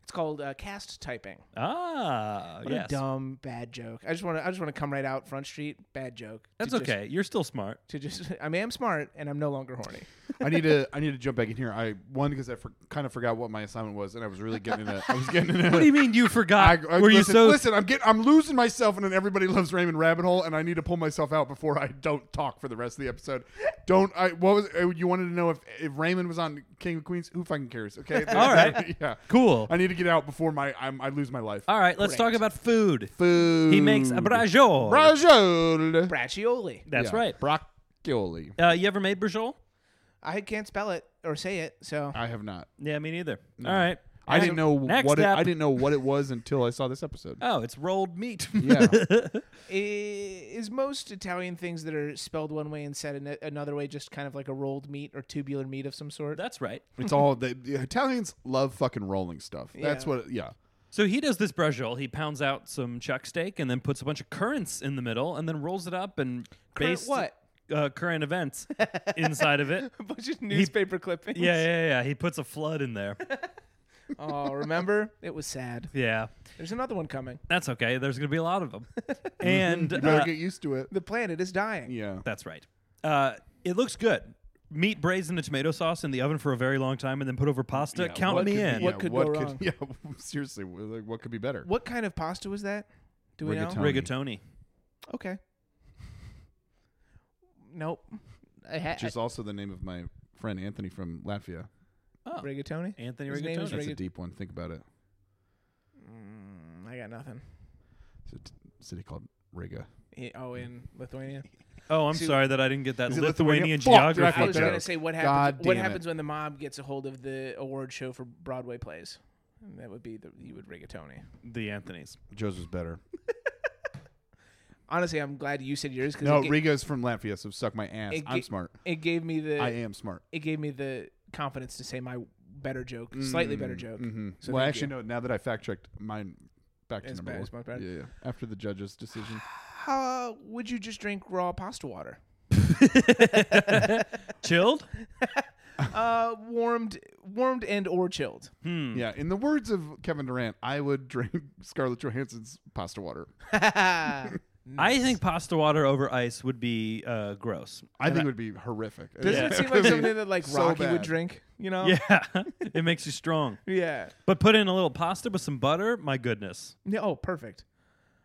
[SPEAKER 3] it's called uh, cast typing.
[SPEAKER 1] ah,
[SPEAKER 3] What
[SPEAKER 1] yes.
[SPEAKER 3] a dumb bad joke. I just want to I just want to come right out front street. Bad joke.
[SPEAKER 1] That's
[SPEAKER 3] to just-
[SPEAKER 1] okay. You're still smart.
[SPEAKER 3] to just [laughs] I mean I'm smart and I'm no longer horny.
[SPEAKER 2] I
[SPEAKER 1] [laughs]
[SPEAKER 2] need to. I need to jump back in here. I one because I for, kind of forgot what my assignment was, and I was really getting in it.
[SPEAKER 1] [laughs]
[SPEAKER 2] I was getting in it.
[SPEAKER 1] What do you mean you
[SPEAKER 2] I,
[SPEAKER 1] [laughs] forgot?
[SPEAKER 2] I-
[SPEAKER 1] Were you
[SPEAKER 2] listen,
[SPEAKER 1] so
[SPEAKER 2] listen? I'm getting, I'm losing myself in an everybody loves Raymond rabbit hole, and I need to pull myself out before I don't talk for the rest of the episode. Don't I? What was uh, you wanted to know if if Raymond was on King of Queens? Who fucking cares? Okay,
[SPEAKER 1] [laughs] All right.
[SPEAKER 2] [laughs] yeah,
[SPEAKER 1] cool?
[SPEAKER 2] I need to get out before my I'm, I lose my life.
[SPEAKER 1] All right, let's
[SPEAKER 3] Great.
[SPEAKER 1] talk about food.
[SPEAKER 2] Food.
[SPEAKER 1] He makes a brajol.
[SPEAKER 2] brajol.
[SPEAKER 3] Braccioli.
[SPEAKER 1] That's
[SPEAKER 2] Yeah,
[SPEAKER 1] right.
[SPEAKER 2] Broccioli.
[SPEAKER 1] Uh, you ever made brajol?
[SPEAKER 3] I can't spell it or say it, so
[SPEAKER 2] I have not.
[SPEAKER 1] Yeah, me neither. All right.
[SPEAKER 2] I didn't know
[SPEAKER 1] Next
[SPEAKER 2] what it,
[SPEAKER 1] up.
[SPEAKER 2] I didn't know what it was until I saw
[SPEAKER 1] [laughs]
[SPEAKER 2] this episode.
[SPEAKER 1] Oh, it's rolled meat.
[SPEAKER 2] Yeah.
[SPEAKER 3] I- is most Italian things that are spelled one way and said an- another way just kind of like a rolled meat or tubular meat of some
[SPEAKER 1] [laughs]
[SPEAKER 3] sort?
[SPEAKER 1] That's right.
[SPEAKER 2] It's all the, the Italians love fucking rolling stuff. That's
[SPEAKER 3] Yeah.
[SPEAKER 2] what. Yeah.
[SPEAKER 1] So he does this brajol. He pounds out some chuck steak and then puts a bunch of currants in the middle and then rolls it up and
[SPEAKER 3] Current
[SPEAKER 1] based
[SPEAKER 3] what?
[SPEAKER 1] uh, current
[SPEAKER 2] [laughs]
[SPEAKER 1] events inside of it.
[SPEAKER 3] [laughs] A bunch of newspaper clippings.
[SPEAKER 1] Yeah, yeah, yeah. He puts a flood in
[SPEAKER 2] [laughs]
[SPEAKER 1] there.
[SPEAKER 3] Oh, remember? It was sad.
[SPEAKER 1] Yeah,
[SPEAKER 3] There's another one coming.
[SPEAKER 1] that's okay. There's gonna be a lot of
[SPEAKER 2] [laughs]
[SPEAKER 1] them, and
[SPEAKER 2] You better
[SPEAKER 1] uh,
[SPEAKER 2] get used to it.
[SPEAKER 3] The planet is dying.
[SPEAKER 2] Yeah.
[SPEAKER 1] that's right. Uh, it looks good. Meat braised in a tomato sauce in the oven for a very long time and then put over pasta. Count
[SPEAKER 3] what
[SPEAKER 1] me
[SPEAKER 3] could be-
[SPEAKER 1] in.
[SPEAKER 3] what could go wrong?
[SPEAKER 2] [laughs] Yeah, seriously, wh- like, what could be better?
[SPEAKER 3] What kind of pasta was that? Do we know?
[SPEAKER 2] Rigatoni.
[SPEAKER 1] Rigatoni.
[SPEAKER 3] Okay. Nope. I ha-
[SPEAKER 2] Which is also the name of my friend Anthony from Latvia.
[SPEAKER 1] Oh,
[SPEAKER 3] rigatoni.
[SPEAKER 1] Anthony
[SPEAKER 3] His name is
[SPEAKER 1] Rigatoni.
[SPEAKER 2] That's a
[SPEAKER 3] Rigat-
[SPEAKER 2] deep one. Think about it.
[SPEAKER 3] Mm, I got nothing.
[SPEAKER 2] It's a t- city called Riga.
[SPEAKER 3] He- oh, in Lithuania.
[SPEAKER 1] Oh, I'm
[SPEAKER 3] See-
[SPEAKER 1] sorry that I didn't get that
[SPEAKER 2] Is it
[SPEAKER 1] Lithuanian
[SPEAKER 2] Lithuania? Fuck, did I
[SPEAKER 1] geography.
[SPEAKER 3] I was
[SPEAKER 2] joke.
[SPEAKER 3] gonna say what
[SPEAKER 2] God
[SPEAKER 3] happens. What
[SPEAKER 2] damn it.
[SPEAKER 3] happens when the mob gets a hold of the award show for Broadway plays? And that would be the you would rigatoni.
[SPEAKER 1] the Anthony's.
[SPEAKER 2] Joe's was better.
[SPEAKER 3] Honestly, I'm glad you said yours because
[SPEAKER 2] No,
[SPEAKER 3] it, ga-
[SPEAKER 2] Riga's from Latvia, so suck my ass.
[SPEAKER 3] it
[SPEAKER 2] I'm
[SPEAKER 3] ga-
[SPEAKER 2] smart.
[SPEAKER 3] it gave me the
[SPEAKER 2] I am smart.
[SPEAKER 3] it gave me the confidence to say my better joke, slightly better joke.
[SPEAKER 2] hmm
[SPEAKER 3] So
[SPEAKER 2] well,
[SPEAKER 3] thank
[SPEAKER 2] actually, no.
[SPEAKER 3] you.
[SPEAKER 2] Now that I fact checked, mine back to
[SPEAKER 3] It's
[SPEAKER 2] number
[SPEAKER 3] bad,
[SPEAKER 2] one.
[SPEAKER 3] it's much better.
[SPEAKER 2] Yeah, yeah. After the judge's decision,
[SPEAKER 3] How uh, would you just drink raw pasta water?
[SPEAKER 1] Chilled?
[SPEAKER 3] Uh, warmed, warmed and or chilled.
[SPEAKER 2] [laughs] yeah. In the words of Kevin Durant, I would drink [laughs] Scarlett Johansson's pasta water.
[SPEAKER 1] I think pasta water over ice would be uh, gross.
[SPEAKER 2] I think it would be horrific.
[SPEAKER 3] Doesn't
[SPEAKER 1] Yeah.
[SPEAKER 3] it
[SPEAKER 2] [laughs]
[SPEAKER 3] seem like something that like
[SPEAKER 2] So
[SPEAKER 3] Rocky would
[SPEAKER 2] bad.
[SPEAKER 3] drink? You
[SPEAKER 1] [laughs]
[SPEAKER 3] know?
[SPEAKER 1] Yeah, it makes you strong.
[SPEAKER 3] Yeah.
[SPEAKER 1] But put in a little pasta with some butter. My goodness,
[SPEAKER 3] Yeah, Oh, perfect.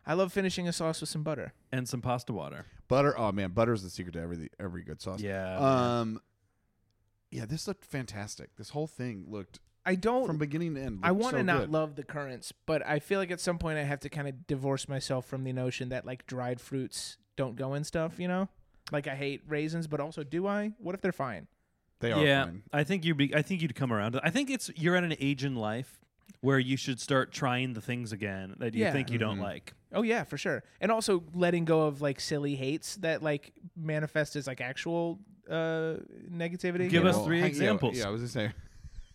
[SPEAKER 3] I love finishing a sauce with some butter.
[SPEAKER 1] and some pasta water.
[SPEAKER 2] Butter. Oh man, butter is the secret to every every good sauce.
[SPEAKER 1] Yeah.
[SPEAKER 2] Um. Yeah, this looked fantastic. This whole thing looked
[SPEAKER 3] I don't.
[SPEAKER 2] from beginning to end.
[SPEAKER 3] Oh, I
[SPEAKER 2] looked
[SPEAKER 3] want to
[SPEAKER 2] so
[SPEAKER 3] not
[SPEAKER 2] good.
[SPEAKER 3] love the currants, but I feel like at some point I have to kind of divorce myself from the notion that like dried fruits don't go in stuff. You know? Like I hate raisins, but also do I? What if they're fine?
[SPEAKER 2] They are
[SPEAKER 1] Yeah,
[SPEAKER 2] fine.
[SPEAKER 1] I think you'd be. I think you'd come around. to- I think it's you're at an age in life where you should start trying the things again that you
[SPEAKER 3] Yeah.
[SPEAKER 1] think you don't like.
[SPEAKER 3] Oh yeah, for sure. And also letting go of like silly hates that like manifest as like actual uh negativity.
[SPEAKER 1] Give
[SPEAKER 3] you
[SPEAKER 1] us
[SPEAKER 3] know?
[SPEAKER 1] three
[SPEAKER 2] hang- yeah,
[SPEAKER 1] examples.
[SPEAKER 2] Yeah, I was just saying.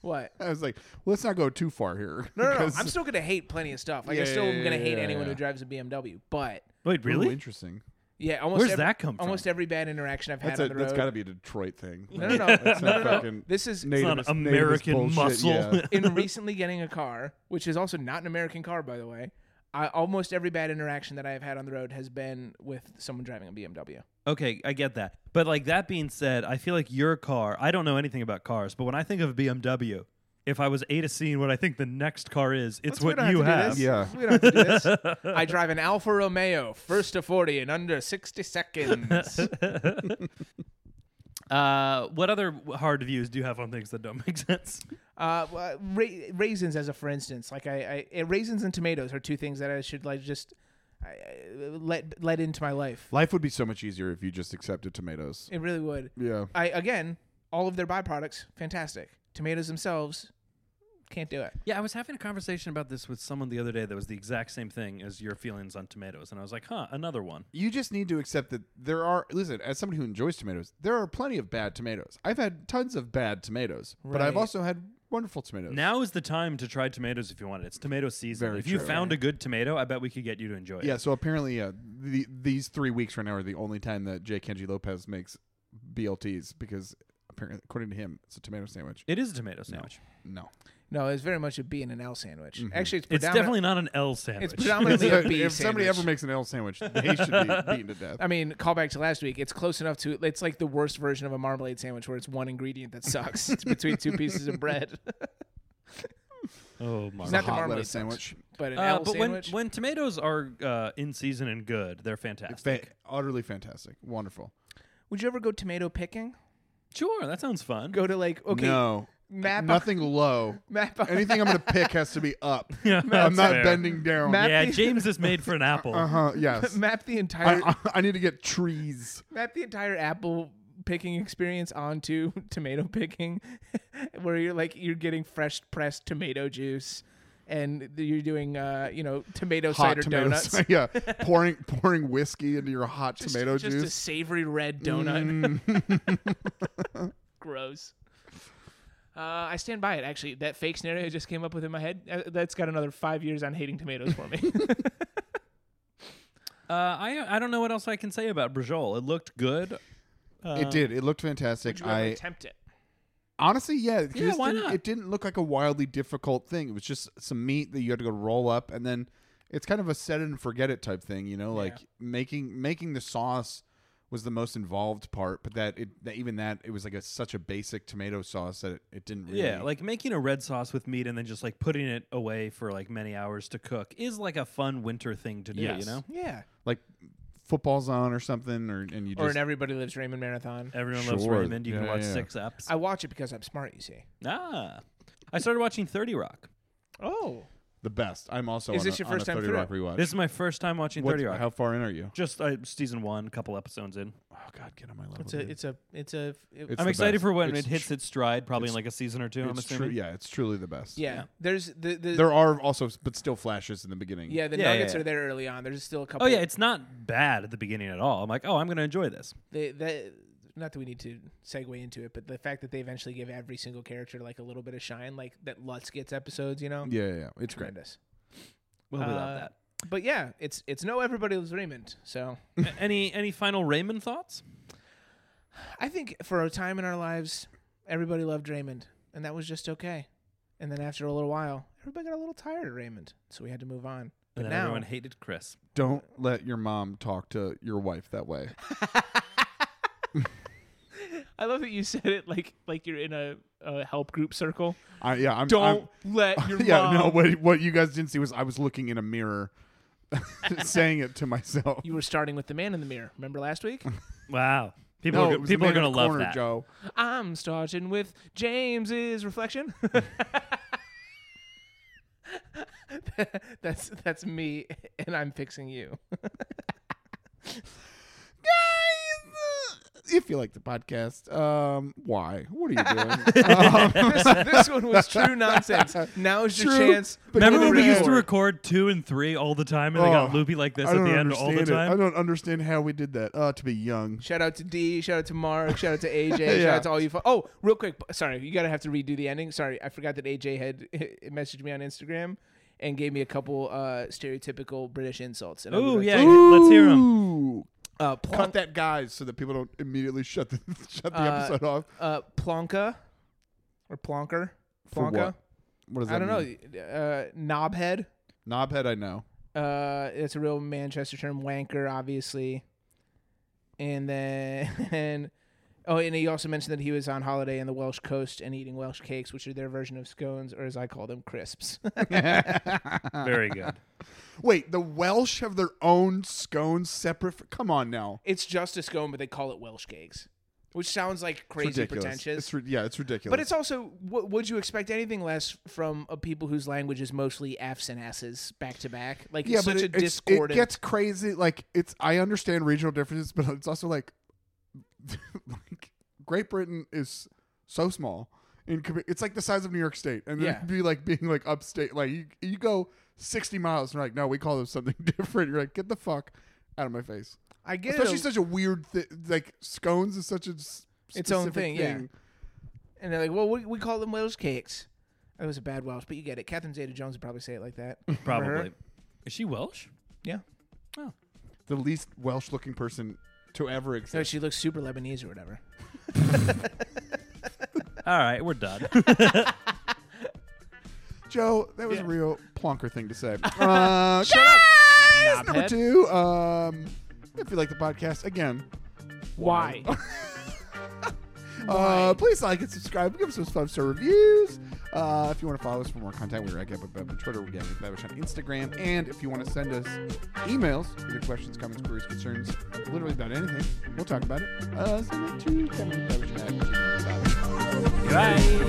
[SPEAKER 3] what?
[SPEAKER 2] [laughs] I was like, well, let's not go too far here. [laughs]
[SPEAKER 3] No, no, no.
[SPEAKER 2] because-
[SPEAKER 3] I'm still gonna hate plenty of stuff. Like
[SPEAKER 2] Yeah,
[SPEAKER 3] I still
[SPEAKER 2] yeah,
[SPEAKER 3] am gonna
[SPEAKER 2] yeah,
[SPEAKER 3] hate
[SPEAKER 2] yeah,
[SPEAKER 3] anyone
[SPEAKER 2] yeah.
[SPEAKER 3] who drives a BMW. But
[SPEAKER 1] Wait,
[SPEAKER 2] Ooh,
[SPEAKER 1] really?
[SPEAKER 2] interesting.
[SPEAKER 3] yeah, almost
[SPEAKER 1] Where's
[SPEAKER 3] every-
[SPEAKER 1] that come from?
[SPEAKER 3] Almost every bad interaction I've
[SPEAKER 2] That's
[SPEAKER 3] had
[SPEAKER 2] a,
[SPEAKER 3] on the road.
[SPEAKER 2] that's got to be a Detroit thing.
[SPEAKER 3] no, no, no, no,
[SPEAKER 2] [laughs] That's
[SPEAKER 3] [laughs] no,
[SPEAKER 2] not
[SPEAKER 3] no, no.
[SPEAKER 2] fucking
[SPEAKER 3] This is
[SPEAKER 1] It's
[SPEAKER 2] native-
[SPEAKER 1] not
[SPEAKER 2] nativist
[SPEAKER 1] American
[SPEAKER 2] bullshit,
[SPEAKER 1] muscle.
[SPEAKER 2] yeah.
[SPEAKER 1] [laughs]
[SPEAKER 3] in recently getting a car, which is also not an American car, by the way. I, almost every bad interaction that I have had on the road has been with someone driving a BMW.
[SPEAKER 1] okay, I get that. But like that being said, I feel like your car. I don't know anything about cars, but when I think of a BMW, if I was A to C in what I think the next car is, it's
[SPEAKER 3] We
[SPEAKER 1] what
[SPEAKER 3] don't
[SPEAKER 1] you have.
[SPEAKER 3] have. to do
[SPEAKER 2] have.
[SPEAKER 3] this. We don't have to do
[SPEAKER 1] [laughs]
[SPEAKER 3] this. I drive an Alfa Romeo, first to 40 in under
[SPEAKER 1] [laughs]
[SPEAKER 3] 60 seconds.
[SPEAKER 1] Uh, what other w- hard views do you have on things that don't [laughs] make sense?
[SPEAKER 3] Uh, well, ra- raisins, as a for instance, like I, I, uh, raisins and tomatoes are two things that I should like just I, I- let let into my life.
[SPEAKER 2] Life would be so much easier if you just accepted tomatoes.
[SPEAKER 3] It really would.
[SPEAKER 2] Yeah.
[SPEAKER 3] I again, all of their byproducts, fantastic. Tomatoes themselves, can't do it.
[SPEAKER 1] Yeah, I was having a conversation about this with someone the other day that was the exact same thing as your feelings on tomatoes, and I was like, huh, another one.
[SPEAKER 2] You just need to accept that there are. Listen, as somebody who enjoys tomatoes, there are plenty of bad tomatoes. I've had tons of bad tomatoes, but I've
[SPEAKER 3] Right.
[SPEAKER 2] also had wonderful tomatoes.
[SPEAKER 1] Now is the time to try tomatoes if you want it. It's tomato season.
[SPEAKER 2] Very
[SPEAKER 1] if you
[SPEAKER 2] true.
[SPEAKER 1] found a good tomato, I bet we could get you to enjoy it.
[SPEAKER 2] yeah. So apparently, uh, the, these three weeks right now are the only time that J. Kenji Lopez makes BLTs because apparently, according to him, it's a tomato sandwich.
[SPEAKER 1] It is a tomato sandwich.
[SPEAKER 2] No.
[SPEAKER 3] No, it's very much a B and an L sandwich.
[SPEAKER 2] Mm-hmm.
[SPEAKER 3] Actually, it's,
[SPEAKER 1] It's
[SPEAKER 3] predomin-
[SPEAKER 1] definitely not an L sandwich.
[SPEAKER 3] it's
[SPEAKER 1] [laughs]
[SPEAKER 3] predominantly a
[SPEAKER 2] if
[SPEAKER 3] B
[SPEAKER 2] somebody
[SPEAKER 3] sandwich.
[SPEAKER 2] ever makes an L sandwich, they should be
[SPEAKER 3] [laughs]
[SPEAKER 2] beaten to death.
[SPEAKER 3] I mean, call back to last week. It's close enough to it's like the worst version of a marmalade sandwich where it's one ingredient that sucks. it's between two pieces of bread. [laughs]
[SPEAKER 1] oh my god.
[SPEAKER 3] It's not the
[SPEAKER 2] Hot
[SPEAKER 3] marmalade
[SPEAKER 2] lettuce sandwich.
[SPEAKER 3] sandwich, but an
[SPEAKER 1] Uh,
[SPEAKER 3] L
[SPEAKER 1] but when,
[SPEAKER 3] sandwich.
[SPEAKER 1] when tomatoes are uh, in season and good, they're fantastic.
[SPEAKER 2] Fa- utterly fantastic. Wonderful.
[SPEAKER 3] Would you ever go tomato picking?
[SPEAKER 1] sure, that sounds fun.
[SPEAKER 3] Go to like okay,
[SPEAKER 2] No.
[SPEAKER 3] map
[SPEAKER 2] Nothing low.
[SPEAKER 3] [laughs] map
[SPEAKER 2] [laughs]
[SPEAKER 3] [laughs]
[SPEAKER 2] Anything I'm going to pick has to be up.
[SPEAKER 1] [laughs] Yeah,
[SPEAKER 2] I'm
[SPEAKER 1] that's
[SPEAKER 2] not
[SPEAKER 1] fair.
[SPEAKER 2] bending down.
[SPEAKER 3] Matt-
[SPEAKER 1] Yeah,
[SPEAKER 3] Happy-
[SPEAKER 1] James is made
[SPEAKER 2] [laughs]
[SPEAKER 1] for an apple.
[SPEAKER 2] uh huh.
[SPEAKER 3] [laughs]
[SPEAKER 2] Yes.
[SPEAKER 3] map the entire
[SPEAKER 2] I, I, I need to get trees.
[SPEAKER 3] map the entire apple picking experience onto [laughs] tomato picking [laughs] where you're like you're getting fresh pressed tomato juice and you're doing uh you know tomato cider donuts
[SPEAKER 2] tomatoes. [laughs] yeah.
[SPEAKER 3] [laughs]
[SPEAKER 2] Pouring pouring whiskey into your hot tomato
[SPEAKER 3] just a
[SPEAKER 2] juice.
[SPEAKER 3] savory red donut. [laughs] Gross. Uh, I stand by it. Actually, that fake scenario just came up within my head. Uh, That's got another five years on hating tomatoes [laughs] for me.
[SPEAKER 1] Uh, I I don't know what else I can say about brujol. It looked good. [laughs]
[SPEAKER 2] it did. It looked fantastic.
[SPEAKER 3] Would you ever
[SPEAKER 2] I
[SPEAKER 3] attempt it?
[SPEAKER 2] honestly, yeah. 'cause
[SPEAKER 1] Yeah,
[SPEAKER 2] it
[SPEAKER 1] why
[SPEAKER 2] didn't-
[SPEAKER 1] not?
[SPEAKER 2] It didn't look like a wildly difficult thing. It was just some meat that you had to go roll up, and then it's kind of a set it and forget it type thing. You know, like making making the sauce was the most involved part, but that it that even that it was like a, such a basic tomato sauce that it, it didn't really.
[SPEAKER 1] Yeah, like making a red sauce with meat and then just like putting it away for like many hours to cook is like a fun winter thing to do,
[SPEAKER 2] Yes.
[SPEAKER 1] you know?
[SPEAKER 3] Yeah.
[SPEAKER 2] like football's on or something, or and you
[SPEAKER 3] Or
[SPEAKER 2] just
[SPEAKER 3] an Everybody Lives Raymond marathon.
[SPEAKER 1] Everyone loves
[SPEAKER 2] Sure.
[SPEAKER 1] Raymond. You can
[SPEAKER 2] Yeah,
[SPEAKER 1] watch
[SPEAKER 2] yeah.
[SPEAKER 1] six eps.
[SPEAKER 3] I watch it because I'm smart, you see.
[SPEAKER 1] ah. I started watching 30 Rock.
[SPEAKER 3] Oh.
[SPEAKER 2] the best. I'm also.
[SPEAKER 3] Is
[SPEAKER 2] on
[SPEAKER 3] this
[SPEAKER 2] a-
[SPEAKER 3] your
[SPEAKER 2] on a
[SPEAKER 3] first time
[SPEAKER 2] 30
[SPEAKER 3] through?
[SPEAKER 2] Rock rewatch.
[SPEAKER 1] This is my first time watching
[SPEAKER 2] What's-
[SPEAKER 1] 30 Rock.
[SPEAKER 2] How far in are you?
[SPEAKER 1] just uh, season one, couple episodes in.
[SPEAKER 2] Oh God, get on my level.
[SPEAKER 3] It's a, it's a, it's a, it-
[SPEAKER 2] It's
[SPEAKER 1] I'm
[SPEAKER 2] the
[SPEAKER 1] excited
[SPEAKER 2] best.
[SPEAKER 1] for when it
[SPEAKER 2] It's
[SPEAKER 1] hits
[SPEAKER 2] tr-
[SPEAKER 1] its stride, probably in like a season or two, I'm
[SPEAKER 2] It's true.
[SPEAKER 1] assuming.
[SPEAKER 2] Yeah, it's truly the best.
[SPEAKER 3] yeah. There's the, the,
[SPEAKER 2] There are also, but still flashes in the beginning.
[SPEAKER 3] yeah, the
[SPEAKER 1] Yeah, yeah,
[SPEAKER 3] nuggets
[SPEAKER 1] yeah.
[SPEAKER 3] are there early on. There's still a couple.
[SPEAKER 1] Oh, yeah, it's not bad at the beginning at all. I'm like, oh, I'm going to enjoy this.
[SPEAKER 3] they that not that we need to segue into it, but the fact that they eventually give every single character like a little bit of shine, like that Lutz gets episodes, you know,
[SPEAKER 2] yeah, yeah. yeah. It's great.
[SPEAKER 3] tremendous.
[SPEAKER 1] Well,
[SPEAKER 3] Uh,
[SPEAKER 1] without
[SPEAKER 3] But yeah, it's it's no everybody loves Raymond. So
[SPEAKER 1] that. Uh, A- any, any final Raymond thoughts?
[SPEAKER 3] I think for a time in our lives, everybody loved Raymond, and that was just okay. And then after a little while, everybody got a little tired of Raymond, so we had to move on. But
[SPEAKER 1] And then
[SPEAKER 3] now,
[SPEAKER 1] everyone hated Chris.
[SPEAKER 2] Don't let your mom talk to your wife that way.
[SPEAKER 3] I love that you said it like like you're in a, a help group circle.
[SPEAKER 2] I, yeah,
[SPEAKER 1] [laughs]
[SPEAKER 2] I'm.
[SPEAKER 3] Don't
[SPEAKER 2] [laughs]
[SPEAKER 3] let your
[SPEAKER 2] I'm, yeah, no.
[SPEAKER 3] mom-
[SPEAKER 2] What what you guys didn't see was I was looking in a mirror, [laughs] saying it to myself. [laughs]
[SPEAKER 3] You were starting with the man in the mirror. Remember last week?
[SPEAKER 1] [laughs] Wow. People
[SPEAKER 2] No,
[SPEAKER 1] are,
[SPEAKER 2] it
[SPEAKER 1] go-
[SPEAKER 2] was the
[SPEAKER 1] people are
[SPEAKER 2] man
[SPEAKER 1] going
[SPEAKER 2] in
[SPEAKER 1] to
[SPEAKER 2] the
[SPEAKER 1] love
[SPEAKER 2] corner,
[SPEAKER 1] that.
[SPEAKER 2] Joe.
[SPEAKER 3] I'm starting with James's reflection. [laughs] that's that's me, and I'm fixing you.
[SPEAKER 2] Guys, uh, if you like the podcast, um, why? What
[SPEAKER 1] [laughs]
[SPEAKER 2] are you doing? um, [laughs]
[SPEAKER 3] this, [laughs] this one was true nonsense. Now is your
[SPEAKER 2] True,
[SPEAKER 3] chance.
[SPEAKER 2] but
[SPEAKER 3] for
[SPEAKER 1] Remember
[SPEAKER 3] the
[SPEAKER 1] when we used to
[SPEAKER 3] reward.
[SPEAKER 1] record two and three all the time, and they got
[SPEAKER 2] Oh,
[SPEAKER 1] loopy like this
[SPEAKER 2] I
[SPEAKER 1] at
[SPEAKER 2] don't
[SPEAKER 1] the end all
[SPEAKER 2] understand
[SPEAKER 1] the
[SPEAKER 2] it. I
[SPEAKER 1] time?
[SPEAKER 2] don't understand how we did that. Uh, to be young.
[SPEAKER 3] Shout out to D. Shout out to Mark. Shout out to
[SPEAKER 2] [laughs]
[SPEAKER 3] AJ. Shout
[SPEAKER 2] Yeah.
[SPEAKER 3] out to all you. Fo- oh, real quick. Sorry, you gotta have to redo the ending. Sorry, I forgot that AJ had [laughs] messaged me on Instagram and gave me a couple uh, stereotypical British insults. And I
[SPEAKER 1] Ooh,
[SPEAKER 3] would like
[SPEAKER 1] yeah,
[SPEAKER 3] to-
[SPEAKER 1] let's hear him.
[SPEAKER 2] Ooh.
[SPEAKER 3] Uh,
[SPEAKER 2] Cut
[SPEAKER 3] plonk,
[SPEAKER 2] that, guys, so that people don't immediately shut the [laughs] shut the
[SPEAKER 3] Uh,
[SPEAKER 2] episode off.
[SPEAKER 3] uh, plonka or plonker.
[SPEAKER 2] For
[SPEAKER 3] Plonka.
[SPEAKER 2] what? What does that
[SPEAKER 3] I don't
[SPEAKER 2] mean?
[SPEAKER 3] know. Uh, knobhead.
[SPEAKER 2] know. Knobhead, I
[SPEAKER 3] [laughs]
[SPEAKER 2] know. [laughs]
[SPEAKER 3] Uh, it's a real Manchester term. Wanker, obviously. And then, [laughs] oh, and he also mentioned that he was on holiday in the Welsh coast and eating Welsh cakes, which are their version of scones, or as I call them, crisps. [laughs]
[SPEAKER 1] Very
[SPEAKER 2] [laughs]
[SPEAKER 1] good.
[SPEAKER 2] Wait, the Welsh have their own scones separate. For, come on now,
[SPEAKER 3] it's just a scone, but they call it Welsh cakes, which sounds like
[SPEAKER 2] it's
[SPEAKER 3] crazy
[SPEAKER 2] ridiculous.
[SPEAKER 3] pretentious.
[SPEAKER 2] It's ri- yeah, it's ridiculous.
[SPEAKER 3] but it's also, w- would you expect anything less from a people whose language is mostly f's and s's back to back? Like,
[SPEAKER 2] yeah,
[SPEAKER 3] it's such
[SPEAKER 2] but
[SPEAKER 3] a
[SPEAKER 2] it, it's- it
[SPEAKER 3] discordant.
[SPEAKER 2] gets crazy. Like it's, I understand regional differences, but it's also like, [laughs] like Great Britain is so small. In compa- it's like the size of New York State, and then
[SPEAKER 3] Yeah.
[SPEAKER 2] it'd be like being like upstate. Like you, you go sixty miles, and you're like, no, we call this something [laughs] different. You're like, get the fuck out of my face.
[SPEAKER 3] I get
[SPEAKER 2] Especially
[SPEAKER 3] it.
[SPEAKER 2] such a weird thing. Like scones is such a s-
[SPEAKER 3] Its own
[SPEAKER 2] specific
[SPEAKER 3] thing, yeah. And they're like, well, we, we call them Welsh cakes. It was a bad Welsh, but you get it. Catherine Zeta Jones would probably say it like that.
[SPEAKER 1] Probably. Is she Welsh?
[SPEAKER 3] yeah.
[SPEAKER 2] The least Welsh looking person to ever
[SPEAKER 3] So
[SPEAKER 2] exist.
[SPEAKER 3] she looks super Lebanese or whatever.
[SPEAKER 1] All right, we're done.
[SPEAKER 2] Joe, that was a real plonker thing to say. Uh, shut up.
[SPEAKER 3] Knobhead.
[SPEAKER 2] Number two, um, if you like the podcast, again,
[SPEAKER 3] Why?
[SPEAKER 2] [laughs] uh, please like and subscribe. Give us those five star reviews. Uh, if you want to follow us for more content, we're at Gabby Bab on Twitter. We're Gabby Babish on Instagram. And if you want to send us emails with your questions, comments, queries, concerns, literally about anything, we'll talk about it. Uh, send it to Gabby Babish at gmail.com.
[SPEAKER 1] Bye.